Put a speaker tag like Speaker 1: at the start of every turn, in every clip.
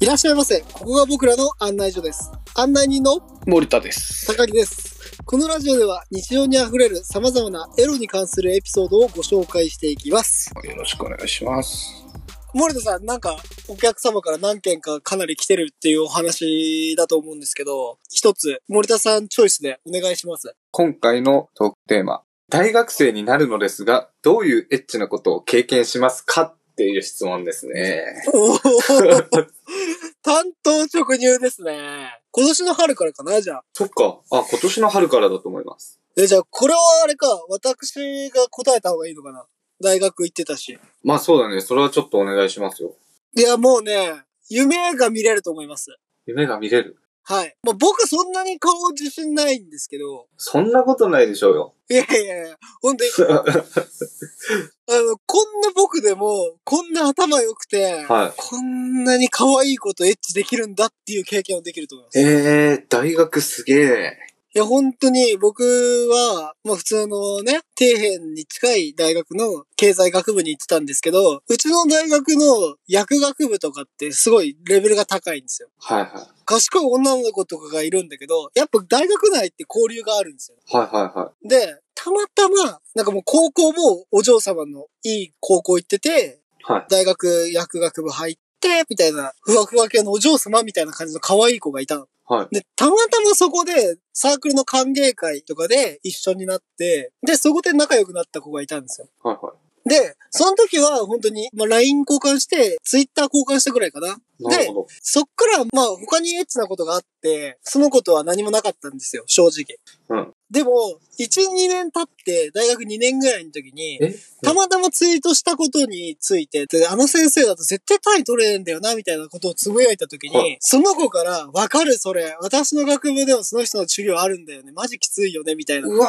Speaker 1: いらっしゃいませ。ここが僕らの案内所です。案内人の
Speaker 2: 森田です。
Speaker 1: 高木です。このラジオでは日常にあふれる様々なエロに関するエピソードをご紹介していきます。
Speaker 2: よろしくお願いします。
Speaker 1: 森田さん、なんかお客様から何件かかなり来てるっていうお話だと思うんですけど、一つ森田さんチョイスでお願いします。
Speaker 2: 今回のトークテーマ、大学生になるのですが、どういうエッチなことを経験しますかっていう質問ですね。
Speaker 1: おー担当直入ですね。今年の春からかな、じゃあ。
Speaker 2: そっか。あ、今年の春からだと思います。
Speaker 1: え、じゃあこれはあれか、私が答えた方がいいのかな。大学行ってたし。
Speaker 2: まあそうだね。それはちょっとお願いしますよ。
Speaker 1: いや、もうね、夢が見れると思います。
Speaker 2: 夢が見れる。
Speaker 1: はい。まあ、僕そんなに顔自信ないんですけど、
Speaker 2: そんなことないでしょう よ。
Speaker 1: いやいやいや、ほんとに、あの、こんな僕でも、こんな頭良くて、
Speaker 2: は
Speaker 1: こんなに可愛いことエッチできるんだっていう経験をできると思います。
Speaker 2: い。えー、大学すげえ。
Speaker 1: いや、本当に僕は、まあ普通のね、底辺に近い大学の経済学部に行ってたんですけど、うちの大学の薬学部とかってすごいレベルが高いんですよ。
Speaker 2: はいは
Speaker 1: 賢い女の子とかがいるんだけど、やっぱ大学内って交流があるんですよ。
Speaker 2: い。はいはいは
Speaker 1: で、たまたま、なんかもう高校もお嬢様のいい高校行ってて、
Speaker 2: い。はい。
Speaker 1: 大学薬学部入って、みたいな、ふわふわ系のお嬢様みたいな感じの可愛い子がいたの。
Speaker 2: はい。
Speaker 1: で、たまたまそこで、サークルの歓迎会とかで一緒になって、で、そこで仲良くなった子がいたんですよ。
Speaker 2: はいは
Speaker 1: で、その時は本当に、まあ、LINE 交換して、Twitter 交換したぐらいかな。
Speaker 2: い。なるほど。
Speaker 1: そっから、まあ、他にエッチなことがあって、そのことは何もなかったんですよ、正直。
Speaker 2: うん
Speaker 1: でも、1、2年経って、大学2年ぐらいの時に
Speaker 2: え、
Speaker 1: たまたまツイートしたことについて、で、あの先生だと絶対単位取れねえんだよな、みたいなことをつぶやいた時に、
Speaker 2: はい
Speaker 1: その子から、わかるそれ、私の学部でもその人の授業あるんだよね、マジきついよね、みたいな、
Speaker 2: うわー。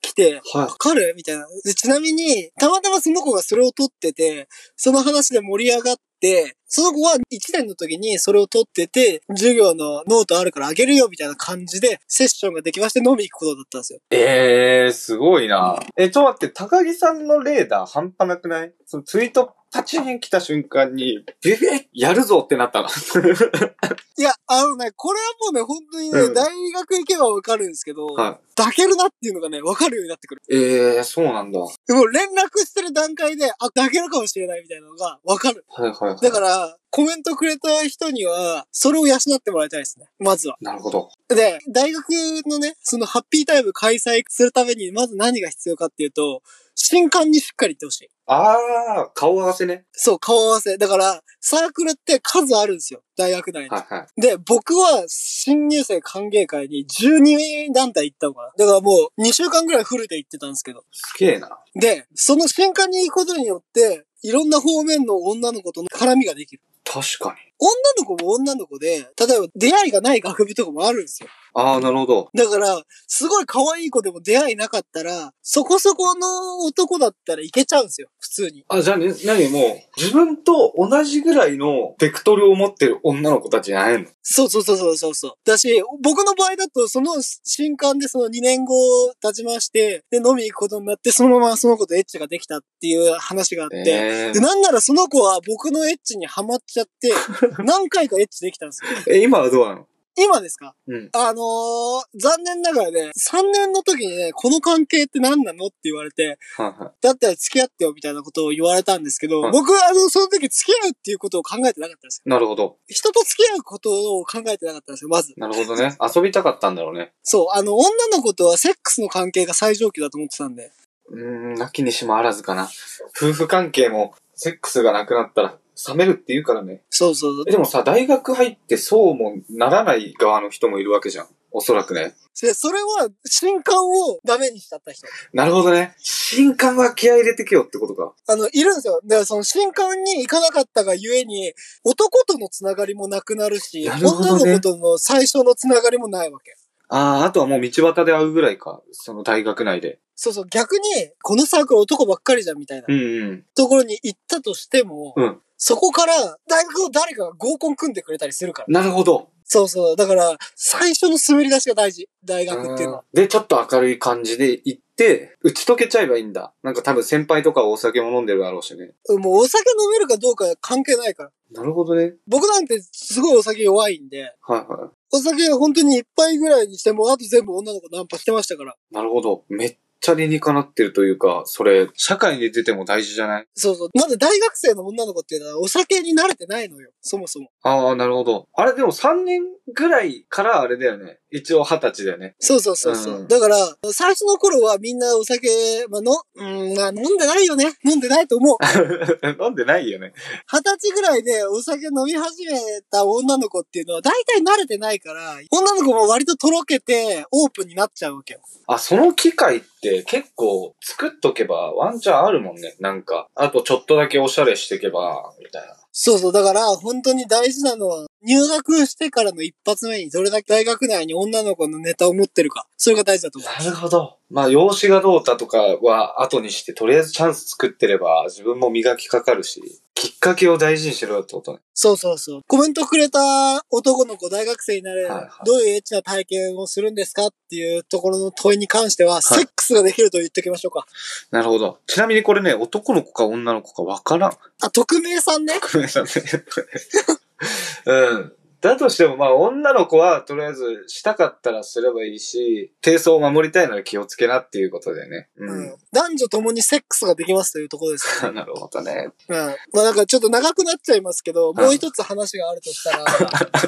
Speaker 1: 来て、
Speaker 2: はい
Speaker 1: わ。かるみたいな。でちなみに、たまたまその子がそれを撮ってて、その話で盛り上がって、その子は1年の時にそれを撮ってて、授業のノートあるからあげるよみたいな感じで、セッションができまして飲み行くことだったんですよ。
Speaker 2: ええー、すごいな。え、ちょっと待って、高木さんのレーダー半端なくないそのツイートパチン来た瞬間に、ビビッやるぞってなったの。
Speaker 1: いや、あのね、これはもうね、本当にね、
Speaker 2: うん
Speaker 1: 大学行けばわかるんですけど、
Speaker 2: は
Speaker 1: 抱けるなっていうのがね、わかるようになってくる。
Speaker 2: い。ええー、そうなんだ。は
Speaker 1: もう連絡してる段階で、あ、抱けるかもしれないみたいなのがわかる。
Speaker 2: いはいはい。
Speaker 1: だから、コメントくれた人には、それを養ってもらいたいですね。まずは。
Speaker 2: なるほど。
Speaker 1: で、大学のね、そのハッピータイム開催するために、まず何が必要かっていうと、新刊にしっかり言ってほしい。
Speaker 2: あー、顔合わせね。
Speaker 1: そう、顔合わせ。だから、サークルって数あるんですよ。大学内に。
Speaker 2: はいはい。
Speaker 1: で、僕は新入生歓迎会に12団体行ったのかな。だからもう2週間ぐらいフルで行ってたんですけど。
Speaker 2: すげえな。
Speaker 1: で、その新刊に行くことによって、いろんな方面の女の子との絡みができる。
Speaker 2: 確かに。
Speaker 1: 女の子も女の子で、例えば出会いがない学部とかもあるんですよ。
Speaker 2: あー、なるほど。
Speaker 1: だから、すごい可愛い子でも出会いなかったら、そこそこの男だったらいけちゃうんですよ、普通に。
Speaker 2: あ、じゃあね、なにもう、自分と同じぐらいのベクトルを持ってる女の子たちじゃないの
Speaker 1: そうそうそうそうそうそう。だし、僕の場合だと、その新刊でその2年後経ちまして、で、飲みに行くことになって、そのままその子とエッチができたっていう話があって、
Speaker 2: え
Speaker 1: でなんならその子は僕のエッチにハマっちゃって、何回かエッチできたんですよ。
Speaker 2: ー、え、今はどうなの
Speaker 1: 今ですか
Speaker 2: うん。
Speaker 1: あのー残念ながらね、3年の時にね、この関係って何なのって言われて、
Speaker 2: はいはい。
Speaker 1: だったら付き合ってよみたいなことを言われたんですけど、
Speaker 2: はい
Speaker 1: 僕はあの、その時付き合うっていうことを考えてなかったんですよ。
Speaker 2: なるほど。
Speaker 1: 人と付き合うことを考えてなかったんですよ、まず。
Speaker 2: なるほど ね。遊びたかったんだろうね。
Speaker 1: そう、あの、女の子とはセックスの関係が最上級だと思ってたんで。
Speaker 2: うーん、なきにしもあらずかな。夫婦関係も、セックスがなくなったら、冷めるって言うからね。
Speaker 1: そうそうそう
Speaker 2: えでもさ、大学入ってそうもならない側の人もいるわけじゃん。おそらくね。
Speaker 1: で。それは、新刊をダメにしちゃった人。
Speaker 2: なるほどね。新刊は気合い入れてけよってことか。
Speaker 1: あの、いるんですよ。だからその新刊に行かなかったがゆえに、男とのつながりもなくなるし、
Speaker 2: なるほどね
Speaker 1: 女の子との最初のつながりもないわけ。
Speaker 2: ああ、あとはもう道端で会うぐらいか。その大学内で。
Speaker 1: そうそう、逆に、このサークル男ばっかりじゃんみたいな。
Speaker 2: うんうん。
Speaker 1: ところに行ったとしても、
Speaker 2: うん
Speaker 1: そこから大学の誰かが合コン組んでくれたりするから。
Speaker 2: なるほど。
Speaker 1: そうそう。だから、最初の滑り出しが大事。大学っていうのは。
Speaker 2: で、ちょっと明るい感じで行って、打ち解けちゃえばいいんだ。なんか多分先輩とかはお酒も飲んでるだろうしね。
Speaker 1: もうお酒飲めるかどうか関係ないから。
Speaker 2: なるほどね。
Speaker 1: 僕なんてすごいお酒弱いんで、
Speaker 2: はいは
Speaker 1: お酒本当に一杯ぐらいにしても、あと全部女の子ナンパしてましたから。
Speaker 2: い。なるほど。めっちゃ理にかなってるというか、それ、社会に出ても大事じゃない
Speaker 1: そうそう。まだ大学生の女の子っていうのはお酒に慣れてないのよ。そもそも。
Speaker 2: ああ、なるほど。あれでも3年ぐらいからあれだよね。一応20歳だよね。
Speaker 1: そうそうそうそう。
Speaker 2: うん
Speaker 1: だから、最初の頃はみんなお酒、まあ、の、うん、まあ、飲んでないよね。飲んでないと思う。
Speaker 2: 飲んで ないよね。
Speaker 1: 二十歳ぐらいでお酒飲み始めた女の子っていうのは大体慣れてないから、女の子も割ととろけてオープンになっちゃうわけよ。
Speaker 2: あ、その機会って結構作っとけばワンチャンあるもんね。なんか、あとちょっとだけおしゃれしてけば、みたいな。
Speaker 1: そうそう。だから本当に大事なのは、入学してからの一発目にどれだけ大学内に女の子のネタを持ってるか。それが大事だと思う。
Speaker 2: なるほど。まあ、容姿がどうだとかは後にして、とりあえずチャンス作ってれば自分も磨きかかるし、きっかけを大事にしろよってことね。
Speaker 1: そうそうそう。コメントくれた男の子、大学生になる、
Speaker 2: はいはい
Speaker 1: どういうエッチな体験をするんですかっていうところの問いに関しては、セックスができると言っておきましょうか。
Speaker 2: なるほど。ちなみにこれね、男の子か女の子かわからん。
Speaker 1: あ、匿名さんね。
Speaker 2: ごめんなさいね。うん。だとしても、まあ、女の子は、とりあえず、したかったらすればいいし、低層を守りたいなら気をつけなっていうことでね。う
Speaker 1: うん
Speaker 2: ん。、
Speaker 1: 男女共にセックスができますというところです。
Speaker 2: なるほどね。
Speaker 1: うん。まあなんかちょっと長くなっちゃいますけど、
Speaker 2: はい
Speaker 1: もう一つ話があるとした ら、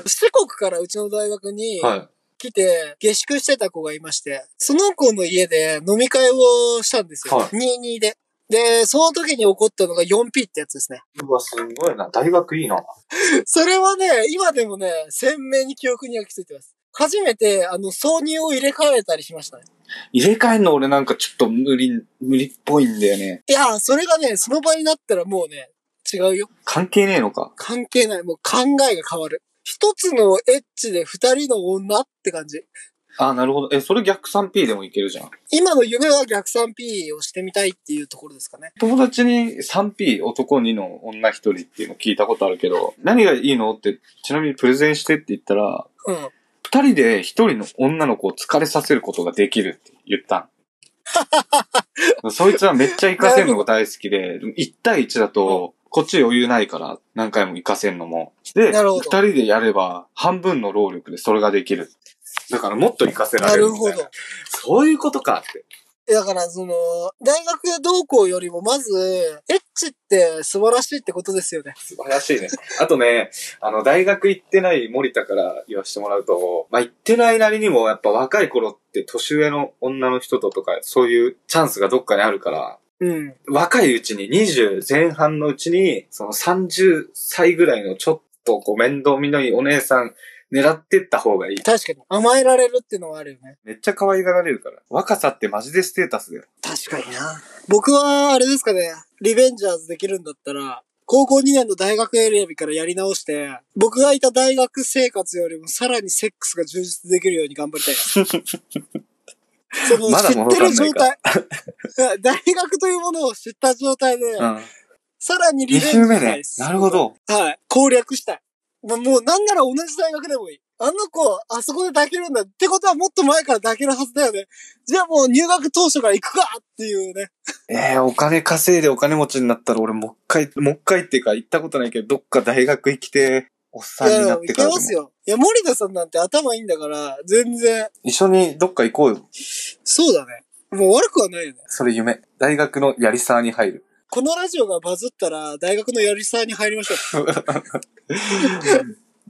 Speaker 1: 四国からうちの大学に
Speaker 2: は
Speaker 1: 来て、下宿してた子がいまして、その子の家で飲み会をしたんですよ。
Speaker 2: はい
Speaker 1: 22で。で、その時に起こったのが 4P ってやつですね。
Speaker 2: い。うわ、すごいな。大学いいな。
Speaker 1: それはね、今でもね、鮮明に記憶に焼き付いてます。初めて、あの、挿入を入れ替えたりしましたね。
Speaker 2: 入れ替えんの俺なんかちょっと無理、無理っぽいんだよね。
Speaker 1: いやー、それがね、その場になったらもうね、違うよ。
Speaker 2: 関係ねえのか。
Speaker 1: 関係ない。もう考えが変わる。一つのエッチで二人の女って感じ。
Speaker 2: あ、なるほど。え、それ逆 3P でもいけるじゃん。
Speaker 1: 今の夢は逆 3P をしてみたいっていうところですかね。
Speaker 2: 友達に 3P 男2の女1人っていうの聞いたことあるけど、何がいいのって、ちなみにプレゼンしてって言ったら、
Speaker 1: うん。
Speaker 2: 二人で一人の女の子を疲れさせることができるって言った んそいつはめっちゃ行かせるのが大好きで、1対1だと、こっち余裕ないから何回も行かせるのも。で、
Speaker 1: なるほど
Speaker 2: 二人でやれば半分の労力でそれができる。だからもっと行かせら
Speaker 1: な
Speaker 2: れる
Speaker 1: る
Speaker 2: みた
Speaker 1: ほ
Speaker 2: いな。
Speaker 1: ど。
Speaker 2: そういうことかって。
Speaker 1: だから、その、大学同行よりも、まず、エッチって素晴らしいってことですよね。
Speaker 2: 素晴らしいね。あとね、あの、大学行ってない森田から言わせてもらうと、まあ、行ってないなりにもやっぱ若い頃って年上の女の人ととか、そういうチャンスがどっかにあるから、
Speaker 1: うん。
Speaker 2: 若いうちに、20前半のうちに、その30歳ぐらいのちょっとこう面倒見のいいお姉さん狙ってった方がいい。
Speaker 1: 確かに。甘えられるっていうのはあるよね。
Speaker 2: めっちゃ可愛がられるから。若さってマジでステータスだよ。
Speaker 1: 確かにな。僕は、あれですかね、リベンジャーズできるんだったら、高校2年の大学選びからやり直して、僕がいた大学生活よりもさらにセックスが充実できるように頑張りたい な。その
Speaker 2: まだ
Speaker 1: 知っ
Speaker 2: 物
Speaker 1: てる
Speaker 2: 足ん
Speaker 1: 状
Speaker 2: ないか
Speaker 1: 態。 大学というものを知った状態で、
Speaker 2: うん。
Speaker 1: さらにリベ
Speaker 2: 2
Speaker 1: ンジ
Speaker 2: 週
Speaker 1: した
Speaker 2: 目
Speaker 1: い
Speaker 2: ね
Speaker 1: で。す
Speaker 2: なるほど。
Speaker 1: はい。攻略したい。まあもうなんなら同じ大学でもいい。あの子、あそこで抱けるんだ。ってことはもっと前から抱けるはずだよね。じゃあもう入学当初から行くかっていうね。
Speaker 2: ええお金稼いでお金持ちになったら俺もう一回、もう一回っていうか行ったことないけど、どっか大学行きて、おっさんになっ
Speaker 1: い
Speaker 2: て
Speaker 1: や、い
Speaker 2: か
Speaker 1: け
Speaker 2: ら
Speaker 1: ま
Speaker 2: でも
Speaker 1: すよ。いや、森田さんなんて頭いいんだから、全然、
Speaker 2: 一緒にどっか行こうよ。
Speaker 1: そうだね。もう悪くはないよね。
Speaker 2: それ夢。大学のやりさーに入る。
Speaker 1: このラジオがバズったら、大学のやりさに入りましょう。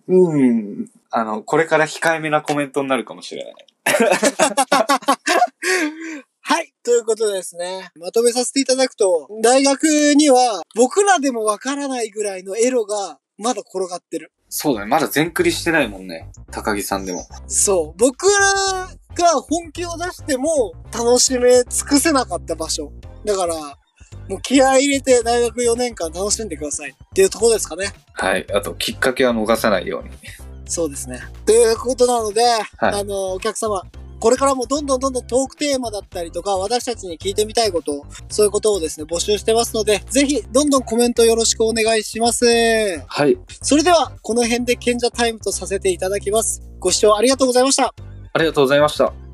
Speaker 2: うん。あの、これから控えめなコメントになるかもしれない。
Speaker 1: はい。ということでですね。まとめさせていただくと、大学には、僕らでもわからないぐらいのエロが、まだ転がってる。
Speaker 2: そうだね。まだ全クリしてないもんね。高木さんでも。
Speaker 1: そう。僕らが本気を出しても楽しめ尽くせなかった場所。だから、もう気合い入れて大学4年間楽しんでくださいっていうところですかね。
Speaker 2: はい。あと、きっかけは逃さないように。
Speaker 1: そうですね。ということなので、
Speaker 2: い
Speaker 1: あの、お客様、これからもどんどんどんどんトークテーマだったりとか、私たちに聞いてみたいこと、そういうことをですね、募集してますので、ぜひ、どんどんコメントよろしくお願いします。
Speaker 2: はい。
Speaker 1: それでは、この辺で賢者タイムとさせていただきます。ご視聴ありがとうございました。
Speaker 2: ありがとうございました。